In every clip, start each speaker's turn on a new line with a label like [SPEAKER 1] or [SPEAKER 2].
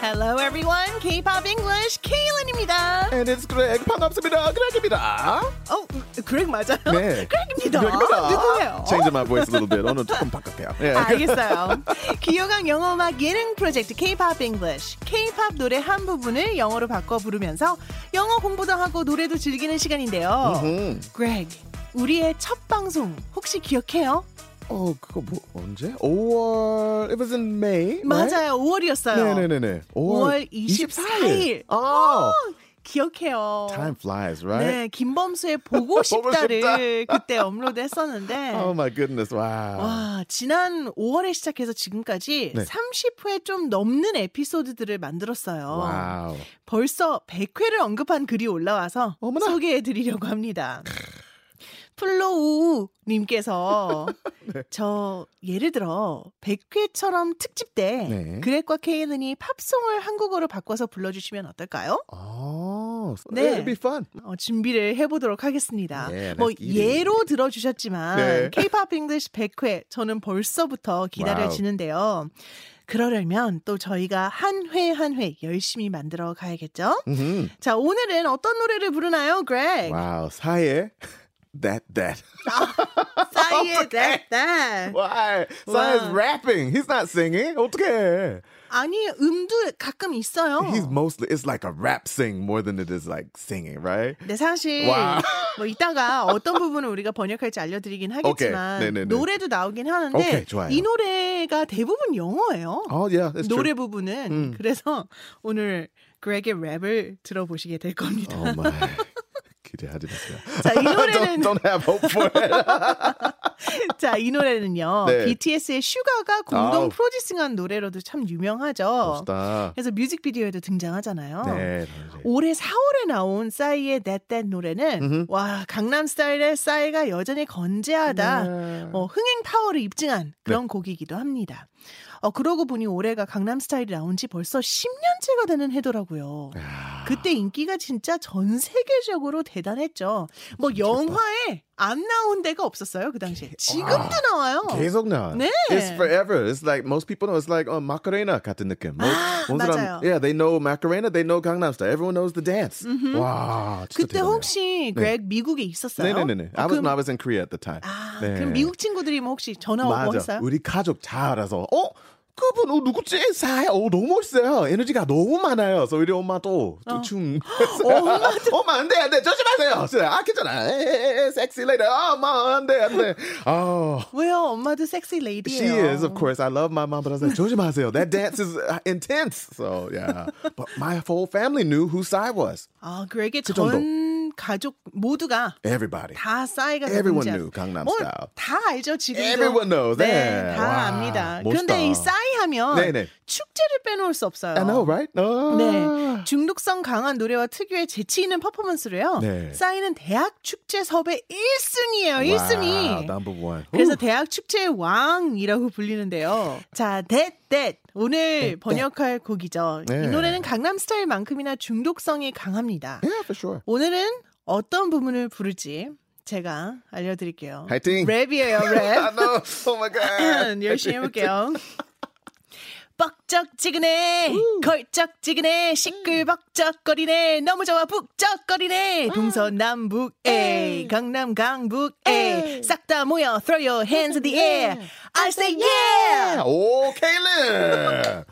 [SPEAKER 1] Hello everyone, K-pop English 케일런입니다.
[SPEAKER 2] And it's Greg. 반갑습니다. Greg입니다.
[SPEAKER 1] 어, 그렉 맞아요?
[SPEAKER 2] 네.
[SPEAKER 1] 그렉입니다.
[SPEAKER 2] 그렉입니다.
[SPEAKER 1] 누구예요?
[SPEAKER 2] Change my voice a little bit. 오늘 조금 바꿀게요. 예.
[SPEAKER 1] 알겠어요. 귀요강 영어음악 예능 프로젝트 K-pop English. K-pop 노래 한 부분을 영어로 바꿔 부르면서 영어 공부도 하고 노래도 즐기는 시간인데요.
[SPEAKER 2] 음.
[SPEAKER 1] Greg, 우리의 첫 방송 혹시 기억해요?
[SPEAKER 2] 어 그거 뭐 언제? 5월. It was in May. Right?
[SPEAKER 1] 맞아요. 5월이었어요.
[SPEAKER 2] 네? 네네네네.
[SPEAKER 1] 5월 24일. 어,
[SPEAKER 2] 아.
[SPEAKER 1] 기억해요.
[SPEAKER 2] Time flies, right?
[SPEAKER 1] 네, 김범수의 보고 싶다를
[SPEAKER 2] 싶다.
[SPEAKER 1] 그때 업로드 했었는데
[SPEAKER 2] Oh my goodness. Wow.
[SPEAKER 1] 와, 지난 5월에 시작해서 지금까지
[SPEAKER 2] 네.
[SPEAKER 1] 30회 좀 넘는 에피소드들을 만들었어요.
[SPEAKER 2] Wow.
[SPEAKER 1] 벌써 100회를 언급한 글이 올라와서
[SPEAKER 2] 어머나.
[SPEAKER 1] 소개해 드리려고 합니다. 플로우 님께서 저 예를 들어 100회처럼 특집 때
[SPEAKER 2] 네.
[SPEAKER 1] 그렉과 케이는이 팝송을 한국어로 바꿔서 불러주시면 어떨까요?
[SPEAKER 2] Oh.
[SPEAKER 1] 네.
[SPEAKER 2] It'd be fun.
[SPEAKER 1] 어, 준비를 해보도록 하겠습니다.
[SPEAKER 2] 네,
[SPEAKER 1] 뭐
[SPEAKER 2] let's eat it.
[SPEAKER 1] 예로 들어주셨지만
[SPEAKER 2] 네.
[SPEAKER 1] K-pop English 100회 저는 벌써부터 기다려지는데요. 그러려면 또 저희가 한 회 한 회 열심히 만들어 가야겠죠?
[SPEAKER 2] 음.
[SPEAKER 1] 자 오늘은 어떤 노래를 부르나요, Greg?
[SPEAKER 2] Wow. 사예. That that.
[SPEAKER 1] 싸이의 That That.
[SPEAKER 2] Why?
[SPEAKER 1] Wow.
[SPEAKER 2] Saye's rapping. He's not singing. 어떻게?
[SPEAKER 1] 아니 음도 가끔 있어요.
[SPEAKER 2] He's mostly it's like a rap sing more than it is like singing, right?
[SPEAKER 1] 근데 사실
[SPEAKER 2] 와.
[SPEAKER 1] 뭐 이따가 어떤 부분을 우리가 번역할지 알려드리긴 하겠지만
[SPEAKER 2] 네네네.
[SPEAKER 1] 노래도 나오긴 하는데
[SPEAKER 2] 오케이, 좋아요.
[SPEAKER 1] 이 노래가 대부분 영어예요.
[SPEAKER 2] Oh yeah, that's
[SPEAKER 1] 노래
[SPEAKER 2] true.
[SPEAKER 1] 부분은
[SPEAKER 2] 음.
[SPEAKER 1] 그래서 오늘 그렉의 랩을 들어보시게 될 겁니다.
[SPEAKER 2] Oh my. 기대하지 마세요.
[SPEAKER 1] 자, 이 노래는
[SPEAKER 2] don't, don't have hope for it.
[SPEAKER 1] 자, 이 노래는요.
[SPEAKER 2] 네.
[SPEAKER 1] BTS의 슈가가 공동
[SPEAKER 2] 아우.
[SPEAKER 1] 프로듀싱한 노래로도 참 유명하죠.
[SPEAKER 2] 멋있다.
[SPEAKER 1] 그래서 뮤직비디오에도 등장하잖아요.
[SPEAKER 2] 네. 당연히.
[SPEAKER 1] 올해 4월에 나온 싸이의 That That 노래는
[SPEAKER 2] 음흠.
[SPEAKER 1] 와 강남스타일의 싸이가 여전히 건재하다.
[SPEAKER 2] 네.
[SPEAKER 1] 어, 흥행 파워를 입증한 그런 곡이기도 합니다. 어, 그러고 보니 올해가 강남스타일이 나온 지 벌써 10년째가 되는 해더라고요.
[SPEAKER 2] 아,
[SPEAKER 1] 그때 인기가 진짜 전 세계적으로 대단했죠. 뭐 영화에 안 나온 데가 없었어요 그 당시에. 지금도
[SPEAKER 2] 아,
[SPEAKER 1] 나와요.
[SPEAKER 2] 계속 나와.
[SPEAKER 1] 네.
[SPEAKER 2] It's forever. It's like most people know. It's like uh, Macarena 같은 느낌. 뭐,
[SPEAKER 1] 아,
[SPEAKER 2] 뭔 사람-
[SPEAKER 1] 맞아요.
[SPEAKER 2] Yeah, they know Macarena. They know Gangnam Style. Everyone knows the dance. 와, 진짜
[SPEAKER 1] 그때
[SPEAKER 2] 대단해요. 네.
[SPEAKER 1] 혹시 그렉 미국에 있었어요?
[SPEAKER 2] 네네네네. I
[SPEAKER 1] 어,
[SPEAKER 2] was,
[SPEAKER 1] 그럼,
[SPEAKER 2] I was in Korea at the time.
[SPEAKER 1] 아,
[SPEAKER 2] 네.
[SPEAKER 1] 그럼 미국 친구들이 뭐 혹시 전화 오고
[SPEAKER 2] 맞아.
[SPEAKER 1] 했어요?
[SPEAKER 2] 우리 가족 다 알아서 어 그분 어 누구지? 사야 어 너무 멋있어요. 에너지가 너무 많아요. 그래서 우리 엄마도
[SPEAKER 1] 어.
[SPEAKER 2] 또춤
[SPEAKER 1] 엄마
[SPEAKER 2] 엄마 안돼 안돼 조심하세요. 그래서 아 괜찮아. 에에에 섹시 레이더. 아, 엄마 안돼 안돼. 아
[SPEAKER 1] 왜요? 엄마도 섹시
[SPEAKER 2] She
[SPEAKER 1] 레이디예요.
[SPEAKER 2] is, of course. I love my mom, but I was like, 조심하세요. That dance is uh, intense. So, yeah. But my whole family knew who Psy was.
[SPEAKER 1] 아, 그렉의
[SPEAKER 2] 그 정도.
[SPEAKER 1] 전 가족 모두가
[SPEAKER 2] Everybody.
[SPEAKER 1] 다 싸이가
[SPEAKER 2] Everyone
[SPEAKER 1] 누군지
[SPEAKER 2] knew
[SPEAKER 1] 알-
[SPEAKER 2] Gangnam
[SPEAKER 1] 뭐,
[SPEAKER 2] Style.
[SPEAKER 1] 다 알죠 지금.
[SPEAKER 2] Everyone knows.
[SPEAKER 1] 네,
[SPEAKER 2] 네.
[SPEAKER 1] 다
[SPEAKER 2] 와,
[SPEAKER 1] 압니다.
[SPEAKER 2] 멋있다.
[SPEAKER 1] 그런데 이 싸이 하면
[SPEAKER 2] 네네.
[SPEAKER 1] 축제를 빼놓을 수 없어요.
[SPEAKER 2] I know, right? Ah. 아.
[SPEAKER 1] 네, 중독성 강한 노래와 특유의 재치 있는 퍼포먼스로요.
[SPEAKER 2] 네.
[SPEAKER 1] 싸이는 대학 축제 섭외 1순위예요,
[SPEAKER 2] Wow,
[SPEAKER 1] 1순위.
[SPEAKER 2] number one.
[SPEAKER 1] 그래서 대학 축제의 왕이라고 불리는데요. 자, That That 오늘 번역할 곡이죠. 이
[SPEAKER 2] 네.
[SPEAKER 1] 노래는 강남스타일만큼이나 중독성이 강합니다.
[SPEAKER 2] Yeah, for sure.
[SPEAKER 1] 오늘은 어떤 부분을 부를지 제가 알려드릴게요.
[SPEAKER 2] 화이팅!
[SPEAKER 1] 랩이에요, 랩.
[SPEAKER 2] I know. Oh my god.
[SPEAKER 1] 열심히 해볼게요. 뻑적지근해, 걸쩍지근해, 시끌벅적거리네, 너무 좋아 북적거리네. 음. 동서남북에, 강남 강북에, 싹 다 모여 throw your hands in the air. 음. I say yeah.
[SPEAKER 2] 오, 케일린.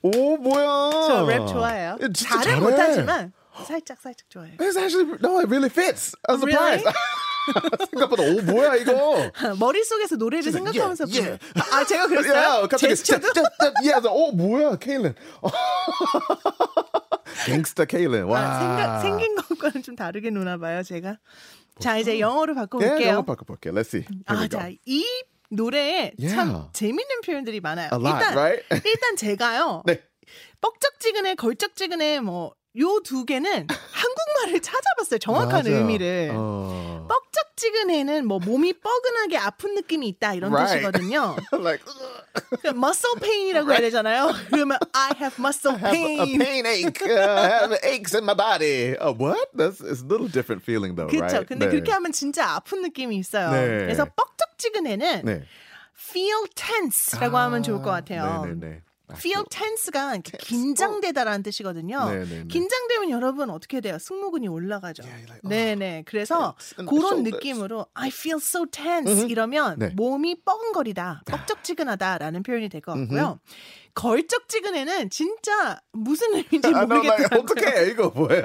[SPEAKER 2] 오, 뭐야?
[SPEAKER 1] 저 랩 좋아해요.
[SPEAKER 2] 예, 진짜
[SPEAKER 1] 어. 잘은
[SPEAKER 2] 잘해.
[SPEAKER 1] 못하지만 살짝 살짝 좋아해요.
[SPEAKER 2] It's actually no, it really fits. I was
[SPEAKER 1] Really?
[SPEAKER 2] surprised. 생각보다 오 뭐야 이거?
[SPEAKER 1] 머릿속에서 노래를 생각하면서
[SPEAKER 2] yeah,
[SPEAKER 1] 부르- 아 제가 그랬어요?
[SPEAKER 2] 야, 갑자기
[SPEAKER 1] 제스처도?
[SPEAKER 2] 야, 오 뭐야 케일린? 갱스터 케일린. 와.
[SPEAKER 1] 아, 생각, 생긴 것과는 좀 다르게 노나 봐요, 제가. 자, 이제 영어로 바꿔볼게요.
[SPEAKER 2] 예, 영어 바꿔 볼게. Let's see. Here
[SPEAKER 1] 아,
[SPEAKER 2] we go.
[SPEAKER 1] 자, 이 노래에 참
[SPEAKER 2] Yeah.
[SPEAKER 1] 재밌는 표현들이 많아요.
[SPEAKER 2] A lot,
[SPEAKER 1] 일단,
[SPEAKER 2] right?
[SPEAKER 1] 일단 제가요.
[SPEAKER 2] 네.
[SPEAKER 1] 뻑적지근해, 걸쩍지근해, 뭐 요 두 개는 한국말을 찾아봤어요. 정확한
[SPEAKER 2] 맞아.
[SPEAKER 1] 의미를.
[SPEAKER 2] 어.
[SPEAKER 1] 뻑적지근해는 뭐 몸이 뻐근하게 아픈 느낌이 있다 이런
[SPEAKER 2] Right.
[SPEAKER 1] 뜻이거든요.
[SPEAKER 2] like
[SPEAKER 1] 그 muscle pain이라고 해야 되잖아요. 그러면 I have muscle
[SPEAKER 2] have a
[SPEAKER 1] pain.
[SPEAKER 2] pain ache. Uh, have aches in my body. Uh, what? That's it's a little different feeling though,
[SPEAKER 1] 그렇죠.
[SPEAKER 2] right?
[SPEAKER 1] 근데
[SPEAKER 2] 네.
[SPEAKER 1] 그렇게 하면 진짜 아픈 느낌이 있어요.
[SPEAKER 2] 네.
[SPEAKER 1] 그래서 뻑적지근해는
[SPEAKER 2] 네. 아.
[SPEAKER 1] feel tense라고 하면 좋을 것 같아요.
[SPEAKER 2] 네, 네, 네. 아, 어.
[SPEAKER 1] feel tense가 이렇게 긴장되다라는 뜻이거든요.
[SPEAKER 2] 네, 네, 네.
[SPEAKER 1] 긴장되면 여러분 어떻게 돼요? 승모근이 올라가죠.
[SPEAKER 2] you're like, 어.
[SPEAKER 1] 네, 네. 그래서
[SPEAKER 2] tense in my
[SPEAKER 1] 그런
[SPEAKER 2] shoulders.
[SPEAKER 1] 느낌으로 I feel so tense 이러면
[SPEAKER 2] 네. 아.
[SPEAKER 1] 몸이 뻐근거리다, 뻑적지근하다라는 표현이 될 것 같고요. 걸쩍지근해는 진짜 무슨 의미인지
[SPEAKER 2] I know, like,
[SPEAKER 1] 모르겠어요.
[SPEAKER 2] 어떻게 이거 뭐야?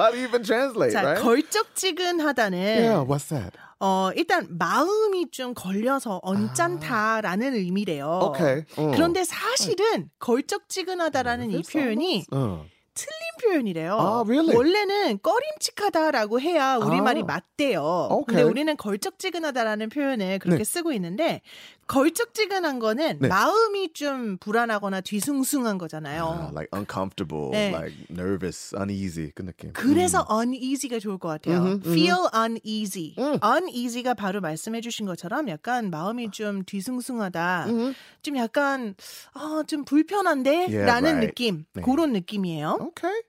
[SPEAKER 2] How do you even translate,
[SPEAKER 1] 자,
[SPEAKER 2] right?
[SPEAKER 1] 걸쩍지근하다는
[SPEAKER 2] yeah, what's that?
[SPEAKER 1] 어, 일단 마음이 좀 걸려서 언짢다라는 의미래요.
[SPEAKER 2] 오케이. 어.
[SPEAKER 1] Oh. 그런데
[SPEAKER 2] 음.
[SPEAKER 1] 사실은 걸쩍지근하다라는 이 표현이
[SPEAKER 2] 어.
[SPEAKER 1] 틀린 표현이래요.
[SPEAKER 2] 아, really?
[SPEAKER 1] 원래는 꺼림칙하다라고 해야 우리말이
[SPEAKER 2] 아.
[SPEAKER 1] 맞대요.
[SPEAKER 2] 오케이.
[SPEAKER 1] 근데 우리는 걸쩍지근하다라는 표현을 그렇게
[SPEAKER 2] 네.
[SPEAKER 1] 쓰고 있는데 걸쩍지근한 거는
[SPEAKER 2] 네.
[SPEAKER 1] 마음이 좀 불안하거나 뒤숭숭한 거잖아요.
[SPEAKER 2] 아, Ah, like uncomfortable,
[SPEAKER 1] 네.
[SPEAKER 2] like nervous, uneasy 그 느낌.
[SPEAKER 1] 그래서 uneasy가 좋을 것 같아요. Feel uneasy.
[SPEAKER 2] 음.
[SPEAKER 1] uneasy가 바로 말씀해주신 것처럼 약간 마음이 좀 뒤숭숭하다.
[SPEAKER 2] 음. Mm-hmm.
[SPEAKER 1] 좀 약간 아, 좀 불편한데
[SPEAKER 2] Yeah,
[SPEAKER 1] 라는
[SPEAKER 2] right.
[SPEAKER 1] 느낌.
[SPEAKER 2] 네.
[SPEAKER 1] 그런 느낌이에요.
[SPEAKER 2] Okay.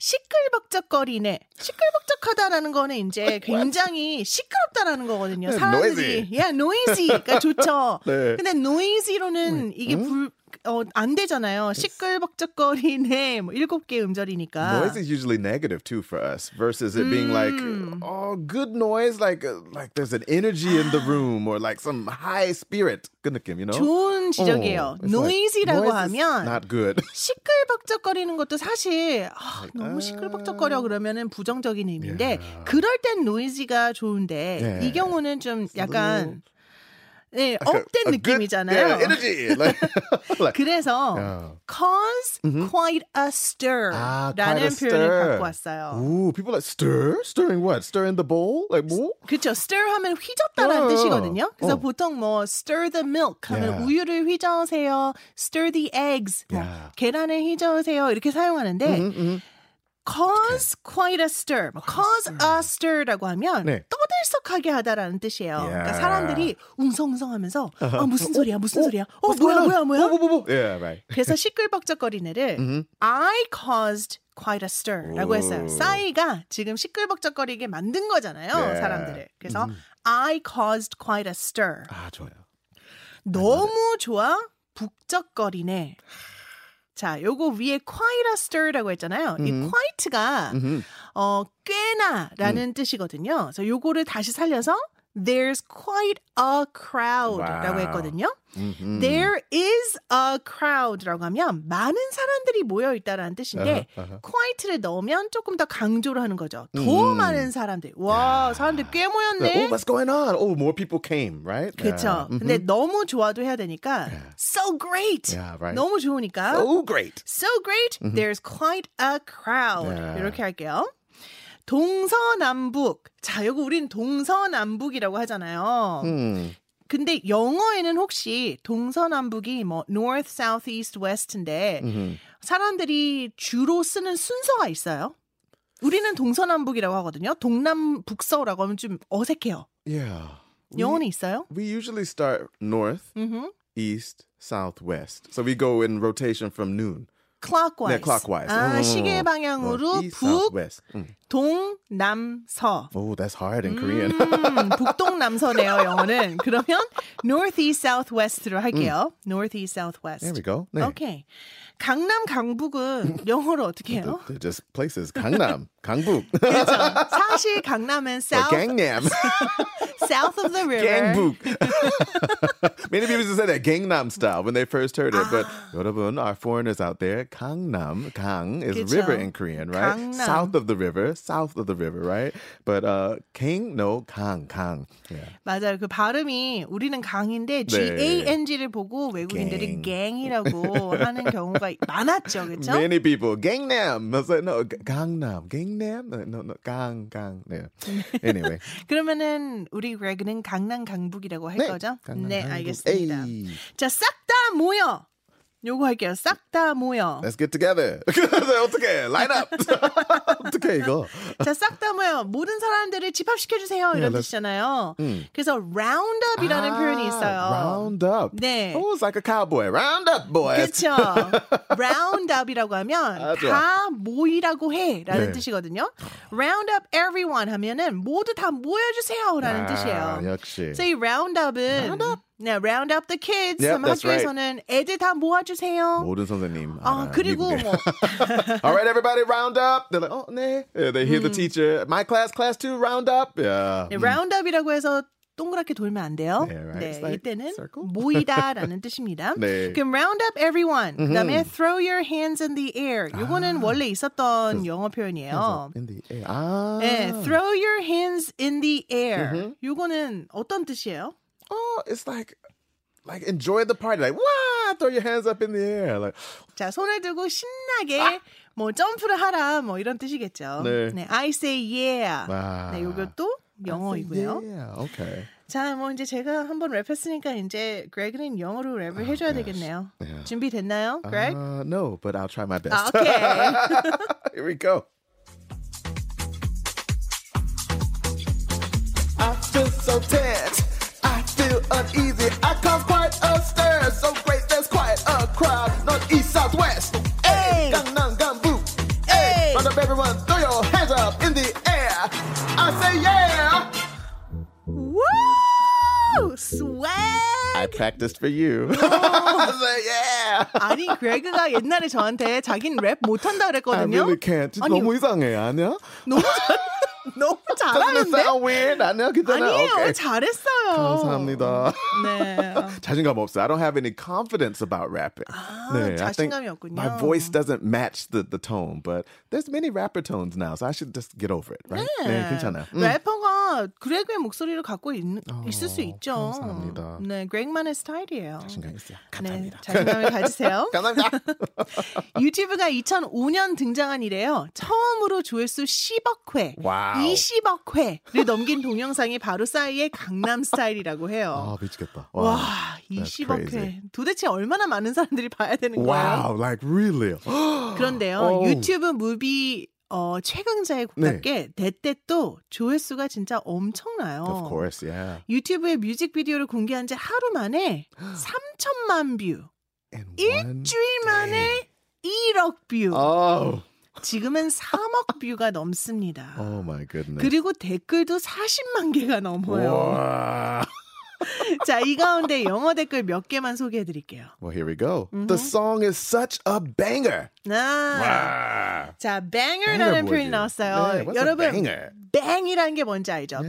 [SPEAKER 1] 시끌벅적거리네. 시끌벅적하다라는 거는 이제 굉장히 시끄럽다라는 거거든요.
[SPEAKER 2] 네,
[SPEAKER 1] 사람들이 야 noisy가 좋죠.
[SPEAKER 2] 네. 음.
[SPEAKER 1] 근데 noisy로는 이게 불 어, 안 되잖아요. 시끌벅적거리네. 뭐 일곱 개 음절이니까.
[SPEAKER 2] Noise is usually negative too for us versus it being
[SPEAKER 1] Mm.
[SPEAKER 2] like oh good noise like uh, like there's an energy in the room or like some high spirit 그 느낌, you know? Oh,
[SPEAKER 1] 좋은 지적이에요.
[SPEAKER 2] it's
[SPEAKER 1] noisy라고
[SPEAKER 2] noise is
[SPEAKER 1] 하면
[SPEAKER 2] not good.
[SPEAKER 1] 시끌벅적거리는 것도 사실 아,
[SPEAKER 2] 음.
[SPEAKER 1] 너무 시끌벅적거려 그러면은 부정적인 의미인데 그럴 땐 noisy가 좋은데
[SPEAKER 2] 네.
[SPEAKER 1] 이 경우는 좀 약간 네,
[SPEAKER 2] A
[SPEAKER 1] 업된
[SPEAKER 2] good- yeah,
[SPEAKER 1] 느낌이잖아요.
[SPEAKER 2] energy. Like, like
[SPEAKER 1] 그래서
[SPEAKER 2] 네, 야.
[SPEAKER 1] cause quite a stir라는
[SPEAKER 2] 아, quite a
[SPEAKER 1] 표현을
[SPEAKER 2] stir.
[SPEAKER 1] 갖고 왔어요.
[SPEAKER 2] Ooh, people like stir? Stirring what? Stirring the bowl? Like 뭐?
[SPEAKER 1] 그렇죠. stir 하면 휘젓다라는
[SPEAKER 2] 어,
[SPEAKER 1] 뜻이거든요. 그래서
[SPEAKER 2] 어.
[SPEAKER 1] 보통 뭐 stir the milk 하면
[SPEAKER 2] Yeah.
[SPEAKER 1] 우유를 휘저으세요. stir the eggs 뭐
[SPEAKER 2] Yeah. Mm-hmm,
[SPEAKER 1] 계란을 휘저으세요. 이렇게 사용하는데 cause quite a stir, 뭐 cause a stir라고 하면
[SPEAKER 2] 네.
[SPEAKER 1] 떠들썩하게 하다라는 뜻이에요. 그러니까
[SPEAKER 2] Yeah.
[SPEAKER 1] 사람들이 웅성웅성하면서 아 무슨 소리야 무슨 소리야 어
[SPEAKER 2] What's
[SPEAKER 1] 뭐야
[SPEAKER 2] going
[SPEAKER 1] 뭐야
[SPEAKER 2] on?
[SPEAKER 1] 뭐야 음.
[SPEAKER 2] 뭐, 뭐, 뭐, 뭐. Yeah, right.
[SPEAKER 1] 그래서 시끌벅적거리네를 I caused quite a stir라고 했어요.
[SPEAKER 2] 오.
[SPEAKER 1] 싸이가 지금 시끌벅적거리게 만든 거잖아요,
[SPEAKER 2] 네.
[SPEAKER 1] 사람들을. 그래서 I caused quite a stir.
[SPEAKER 2] 아, 좋아요.
[SPEAKER 1] 너무 좋아 북적거리네. 자, 요거 위에 quite a stir라고 했잖아요. 이 quite가
[SPEAKER 2] Mm-hmm,
[SPEAKER 1] 어
[SPEAKER 2] 음.
[SPEAKER 1] 꽤나라는 뜻이거든요. 그래서 요거를 다시 살려서 There's quite a crowd라고
[SPEAKER 2] 와우.
[SPEAKER 1] 했거든요.
[SPEAKER 2] 음흠.
[SPEAKER 1] There is a crowd라고 하면 많은 사람들이 모여 있다라는 뜻인데 quite를 넣으면 조금 더 강조를 하는 거죠.
[SPEAKER 2] 음.
[SPEAKER 1] 더 많은 사람들. 와, 사람들 꽤 모였네.
[SPEAKER 2] Oh, what's going on? Oh, more people came, right?
[SPEAKER 1] 그렇죠.
[SPEAKER 2] Yeah. Mm-hmm.
[SPEAKER 1] 근데 너무 좋아도 해야 되니까 so great.
[SPEAKER 2] Yeah, right.
[SPEAKER 1] 너무 좋으니까
[SPEAKER 2] Oh, great.
[SPEAKER 1] so great. There's quite a crowd.
[SPEAKER 2] Mm-hmm. Yeah.
[SPEAKER 1] 이렇게 할게요. 동서남북. 자, 요거 우린 동서남북이라고 하잖아요.
[SPEAKER 2] 음.
[SPEAKER 1] 근데 영어에는 혹시 동서남북이 뭐 north, south, east, west인데
[SPEAKER 2] 음흠.
[SPEAKER 1] 사람들이 주로 쓰는 순서가 있어요. 우리는 동서남북이라고 하거든요. 동남북서라고 하면 좀 어색해요.
[SPEAKER 2] Yeah. We-
[SPEAKER 1] 영어는 있어요?
[SPEAKER 2] We usually start north,
[SPEAKER 1] 음흠.
[SPEAKER 2] east, south, west. So we go in rotation from noon.
[SPEAKER 1] clockwise.
[SPEAKER 2] 네, clockwise.
[SPEAKER 1] 아,
[SPEAKER 2] 음.
[SPEAKER 1] 시계 방향으로
[SPEAKER 2] North, east, south,
[SPEAKER 1] 북,
[SPEAKER 2] west. 음.
[SPEAKER 1] 동, 남, 서.
[SPEAKER 2] Oh, that's hard in Korean.
[SPEAKER 1] Mm. 음, 북동 남서네요, 영어는. 그러면 north east south west로 할게요. north east south
[SPEAKER 2] 음. There we
[SPEAKER 1] west.
[SPEAKER 2] go. 네.
[SPEAKER 1] 오케이. 강남 강북은 영어로 어떻게 해요?
[SPEAKER 2] They're just places. Gangnam, Gangbuk,
[SPEAKER 1] 그렇죠. 사실
[SPEAKER 2] 뭐,
[SPEAKER 1] 강남은 south,
[SPEAKER 2] Gangnam,
[SPEAKER 1] south of the river.
[SPEAKER 2] Gangbuk. Many people used to say that Gangnam style when they first heard it, but
[SPEAKER 1] Ah.
[SPEAKER 2] 여러분, our foreigners out there, Gangnam, Gang is
[SPEAKER 1] 그쵸.
[SPEAKER 2] river in Korean, right?
[SPEAKER 1] Gangnam.
[SPEAKER 2] South of the river, south of the river, right? But uh, Gang, no, Gang, Gang. Yeah.
[SPEAKER 1] 맞아요. 그 발음이 우리는 강인데
[SPEAKER 2] 네.
[SPEAKER 1] G-A-N-G를 보고 외국인들이
[SPEAKER 2] 갱.
[SPEAKER 1] 갱이라고 하는 경우가 많았죠. 그렇죠?
[SPEAKER 2] Many people, Gangnam. I was like, no, G- Gangnam, Gangnam, Like, no, no, Gang, Gang. Yeah. Anyway,
[SPEAKER 1] 그러면은 우리 레그는 강남 강북이라고 할
[SPEAKER 2] 네,
[SPEAKER 1] 거죠?
[SPEAKER 2] Gangnam,
[SPEAKER 1] 네,
[SPEAKER 2] Gangbuk.
[SPEAKER 1] 알겠습니다.
[SPEAKER 2] 에이.
[SPEAKER 1] 자, 싹 다 모여 요거 할게요. 싹 다 모여.
[SPEAKER 2] Let's get together. 그래서 어떻게 line up? 어떻게 이거?
[SPEAKER 1] 자, 싹 다 모여. 모든 사람들을 집합시켜 주세요. 이런
[SPEAKER 2] let's-
[SPEAKER 1] 뜻이잖아요.
[SPEAKER 2] 음. 아,
[SPEAKER 1] 그래서 round up이라는 표현이 있어요.
[SPEAKER 2] Ah, Round up.
[SPEAKER 1] 네.
[SPEAKER 2] Oh, it's like a cowboy. Round up, boys.
[SPEAKER 1] 그렇죠. round up이라고 하면
[SPEAKER 2] 아, 좋아.
[SPEAKER 1] 다 모이라고 해라는
[SPEAKER 2] 네. 뜻이거든요. round up everyone 하면은 모두 다 모여 주세요라는 아,
[SPEAKER 1] 뜻이에요.
[SPEAKER 2] 역시.
[SPEAKER 1] So 이 round up은 round up. 네, round up the kids.
[SPEAKER 2] Yep,
[SPEAKER 1] 하면
[SPEAKER 2] that's right.
[SPEAKER 1] 학교에서는 애들 다 모아 주세요.
[SPEAKER 2] 모든 선생님.
[SPEAKER 1] 아,
[SPEAKER 2] 알아요,
[SPEAKER 1] 그리고
[SPEAKER 2] 미국에.
[SPEAKER 1] 뭐
[SPEAKER 2] Ah, All right, everybody, round up. They're like, oh, 네. Yeah, they hear the teacher. My class, class two, round up. Yeah.
[SPEAKER 1] 네, 라운드업이라고 해서 동그랗게 돌면 안 돼요.
[SPEAKER 2] 음. 네, right.
[SPEAKER 1] 네,
[SPEAKER 2] It's like
[SPEAKER 1] 이때는
[SPEAKER 2] circle.
[SPEAKER 1] 모이다라는 뜻입니다.
[SPEAKER 2] 네.
[SPEAKER 1] 그럼 round up everyone. 그다음에 throw your hands in the air.
[SPEAKER 2] 아.
[SPEAKER 1] 이거는 원래 있었던 영어 표현이에요.
[SPEAKER 2] In the air. Ah. 아.
[SPEAKER 1] 네, throw your hands in the air. 이거는 어떤 뜻이에요?
[SPEAKER 2] Oh, it's like, like enjoy the party. Like, wow, throw your hands up in the air. Like,
[SPEAKER 1] 자, 손을 들고 신나게 뭐 점프를 하라 뭐 이런 뜻이겠죠.
[SPEAKER 2] 아! 네.
[SPEAKER 1] I say yeah.
[SPEAKER 2] 와.
[SPEAKER 1] 네, 이것도 영어이고요.
[SPEAKER 2] yeah, okay.
[SPEAKER 1] 자, 뭐 이제 제가 한번 랩했으니까 이제 그레그는 영어로
[SPEAKER 2] 아,
[SPEAKER 1] 랩을 해줘야 되겠네요.
[SPEAKER 2] Yeah.
[SPEAKER 1] 준비됐나요, 그레그?
[SPEAKER 2] Uh, no, but I'll try my best.
[SPEAKER 1] 아, 오케이.
[SPEAKER 2] Here we go. I feel so tense. I feel uneasy. I cause quite a stir. So great, there's quite a crowd. North, east, south, west.
[SPEAKER 1] Hey.
[SPEAKER 2] Gangnam, Gambu.
[SPEAKER 1] Hey.
[SPEAKER 2] Hey. Round up everyone. Throw your hands up in the air. I say yeah.
[SPEAKER 1] Woo! Swag!
[SPEAKER 2] practiced for you. I say yeah.
[SPEAKER 1] 아니, 그레그가 옛날에 저한테 자기는 랩 못한다 그랬거든요.
[SPEAKER 2] can't.
[SPEAKER 1] 아니, 너무
[SPEAKER 2] 이상해, 아니야?
[SPEAKER 1] 너무, 잘- 너무 잘하는데?
[SPEAKER 2] weird? 아니야, 괜찮아.
[SPEAKER 1] 아니에요, 잘했어요.
[SPEAKER 2] 네, 감사합니다.
[SPEAKER 1] 네.
[SPEAKER 2] 자신감 없어. I don't have any confidence about rapping. I think
[SPEAKER 1] 자신감이 없군요.
[SPEAKER 2] My voice doesn't match the, the tone, but there's many rapper tones now, so I should just get over it, right? 네, 괜찮아. 음. 어,
[SPEAKER 1] 래퍼가 그레그의 목소리를 갖고 있, 있을 수 있죠.
[SPEAKER 2] 감사합니다.
[SPEAKER 1] 네, 그레그만의 스타일이에요.
[SPEAKER 2] 자신감 있어요.
[SPEAKER 1] 네,
[SPEAKER 2] 감사합니다.
[SPEAKER 1] 자신감을 가지세요.
[SPEAKER 2] 감사합니다.
[SPEAKER 1] 유튜브가 2005년 등장한 이래요. 처음으로 조회수 10억 회,
[SPEAKER 2] 와우.
[SPEAKER 1] 20억 회를 넘긴 동영상이 바로 싸이의 강남 스타일이라고 해요.
[SPEAKER 2] 아, 미치겠다.
[SPEAKER 1] 와,
[SPEAKER 2] 와.
[SPEAKER 1] 20억 회.
[SPEAKER 2] crazy.
[SPEAKER 1] 도대체 얼마나 많은 사람들이 봐야 되는 거예요?
[SPEAKER 2] Wow, like really?
[SPEAKER 1] 그런데요,
[SPEAKER 2] 오.
[SPEAKER 1] 유튜브 무비 어, 최강자에
[SPEAKER 2] 네.
[SPEAKER 1] 국답게 대때 또 조회수가 진짜 엄청나요.
[SPEAKER 2] of course, yeah.
[SPEAKER 1] 유튜브에 뮤직비디오를 공개한 지 하루 만에 3천만 뷰,
[SPEAKER 2] In one
[SPEAKER 1] 일주일 만에 1억 뷰.
[SPEAKER 2] Oh,
[SPEAKER 1] 지금은 3억 뷰가 넘습니다.
[SPEAKER 2] oh my goodness.
[SPEAKER 1] 그리고 댓글도 40만 개가 넘어요.
[SPEAKER 2] Wow.
[SPEAKER 1] 자, 이 가운데 영어 댓글 몇 개만 소개해 드릴게요.
[SPEAKER 2] Well, here we go.
[SPEAKER 1] Mm-hmm.
[SPEAKER 2] The song is such a banger.
[SPEAKER 1] 아.
[SPEAKER 2] Wow.
[SPEAKER 1] 자,
[SPEAKER 2] Banger
[SPEAKER 1] banger라는
[SPEAKER 2] 뭐지?
[SPEAKER 1] 표현이
[SPEAKER 2] 네,
[SPEAKER 1] 나왔어요.
[SPEAKER 2] what's a
[SPEAKER 1] 여러분,
[SPEAKER 2] banger?
[SPEAKER 1] bang이라는 게 뭔지 알죠?
[SPEAKER 2] Yeah,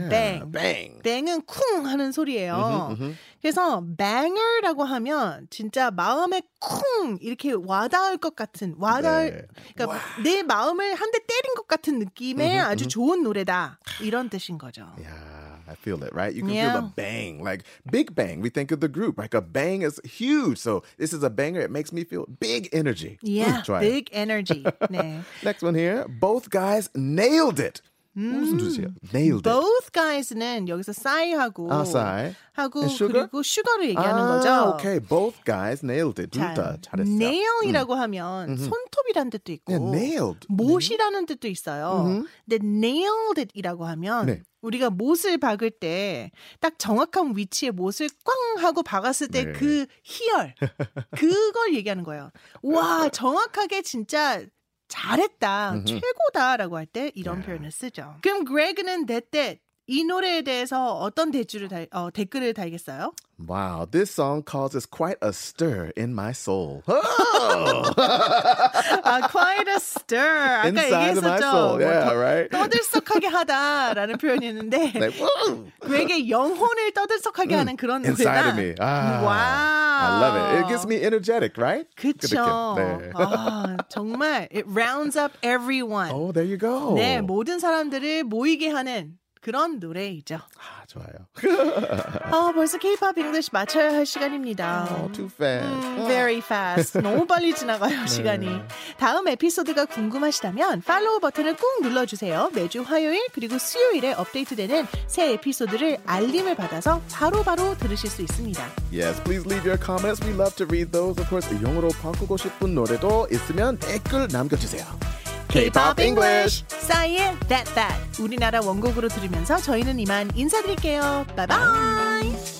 [SPEAKER 1] bang.
[SPEAKER 2] Mm-hmm, Bang.
[SPEAKER 1] 뱅은 쿵 하는 소리예요. 그래서 banger라고 하면 진짜 마음에 쿵 이렇게 와닿을 것 같은 와닿을
[SPEAKER 2] 네.
[SPEAKER 1] 그러니까 내 마음을 한 대 때린 것 같은 느낌의
[SPEAKER 2] Mm-hmm,
[SPEAKER 1] 아주 좋은 노래다 이런 뜻인 거죠.
[SPEAKER 2] Yeah, I feel it, right? You can
[SPEAKER 1] Yeah.
[SPEAKER 2] feel the bang, like big bang. We think of the group, like a bang is huge. So this is a banger. It makes me feel big energy.
[SPEAKER 1] Yeah,
[SPEAKER 2] Try it.
[SPEAKER 1] big energy. 네.
[SPEAKER 2] Next one here. Both guys nailed it. 무슨 뜻이야? Nailed it.
[SPEAKER 1] Mm. Both guys는 여기서 싸이하고
[SPEAKER 2] 아, 싸이.
[SPEAKER 1] 하고
[SPEAKER 2] And sugar?
[SPEAKER 1] 그리고 슈거를 얘기하는
[SPEAKER 2] 아,
[SPEAKER 1] 거죠.
[SPEAKER 2] Ah, Okay, both guys nailed it. 둘다 잘했어.
[SPEAKER 1] nail이라고 하면 손톱이란 뜻도 있고
[SPEAKER 2] Yeah, 네, nailed.
[SPEAKER 1] 못이라는 뜻도 있어요. 근데 nailed it이라고 하면
[SPEAKER 2] 네.
[SPEAKER 1] 우리가 못을 박을 때 딱 정확한 위치에 못을 꽝 하고 박았을
[SPEAKER 2] 네.
[SPEAKER 1] 때 그 희열 그걸 얘기하는 거예요. 와
[SPEAKER 2] 네.
[SPEAKER 1] 정확하게 진짜 잘했다 최고다라고 할 때 이런 표현을 쓰죠. 그럼 그레그는 대때 이 노래에 대해서 어떤 대주를 달, 어, 댓글을 달겠어요?
[SPEAKER 2] Wow, this song causes quite a stir in my soul. Oh,
[SPEAKER 1] 아, quite a stir. 아까
[SPEAKER 2] Inside of my
[SPEAKER 1] 얘기했었죠.
[SPEAKER 2] soul.
[SPEAKER 1] 뭐
[SPEAKER 2] Yeah,
[SPEAKER 1] 더-
[SPEAKER 2] right?
[SPEAKER 1] 떠들썩하게 하다라는 표현이었는데
[SPEAKER 2] Like, woo!
[SPEAKER 1] 그에게 영혼을 떠들썩하게 하는 그런
[SPEAKER 2] Inside
[SPEAKER 1] 노래다.
[SPEAKER 2] of me. Ah,
[SPEAKER 1] wow.
[SPEAKER 2] I love it. It gets me energetic, right?
[SPEAKER 1] 그쵸.
[SPEAKER 2] 네.
[SPEAKER 1] 아, 정말 it rounds up everyone.
[SPEAKER 2] Oh, there you go.
[SPEAKER 1] 네, 모든 사람들을 모이게 하는 그런 노래이죠.
[SPEAKER 2] 아, 좋아요.
[SPEAKER 1] 아 벌써 K-pop English 맞춰야 할 시간입니다.
[SPEAKER 2] Oh, too fast.
[SPEAKER 1] 음, Um, Very fast. 너무 빨리 지나가요, 시간이. 다음 에피소드가 궁금하시다면 팔로우 버튼을 꾹 눌러주세요. 매주 화요일 그리고 수요일에 업데이트되는 새 에피소드를 알림을 받아서 바로바로 들으실 수 있습니다.
[SPEAKER 2] Yes, please leave your comments. We love to read those. Of course, 영어로 바꾸고 싶은 노래도 있으면 댓글 남겨주세요.
[SPEAKER 1] K-pop English. 싸이의 That That. 우리나라 원곡으로 들으면서 저희는 이만 인사드릴게요. 바이바이.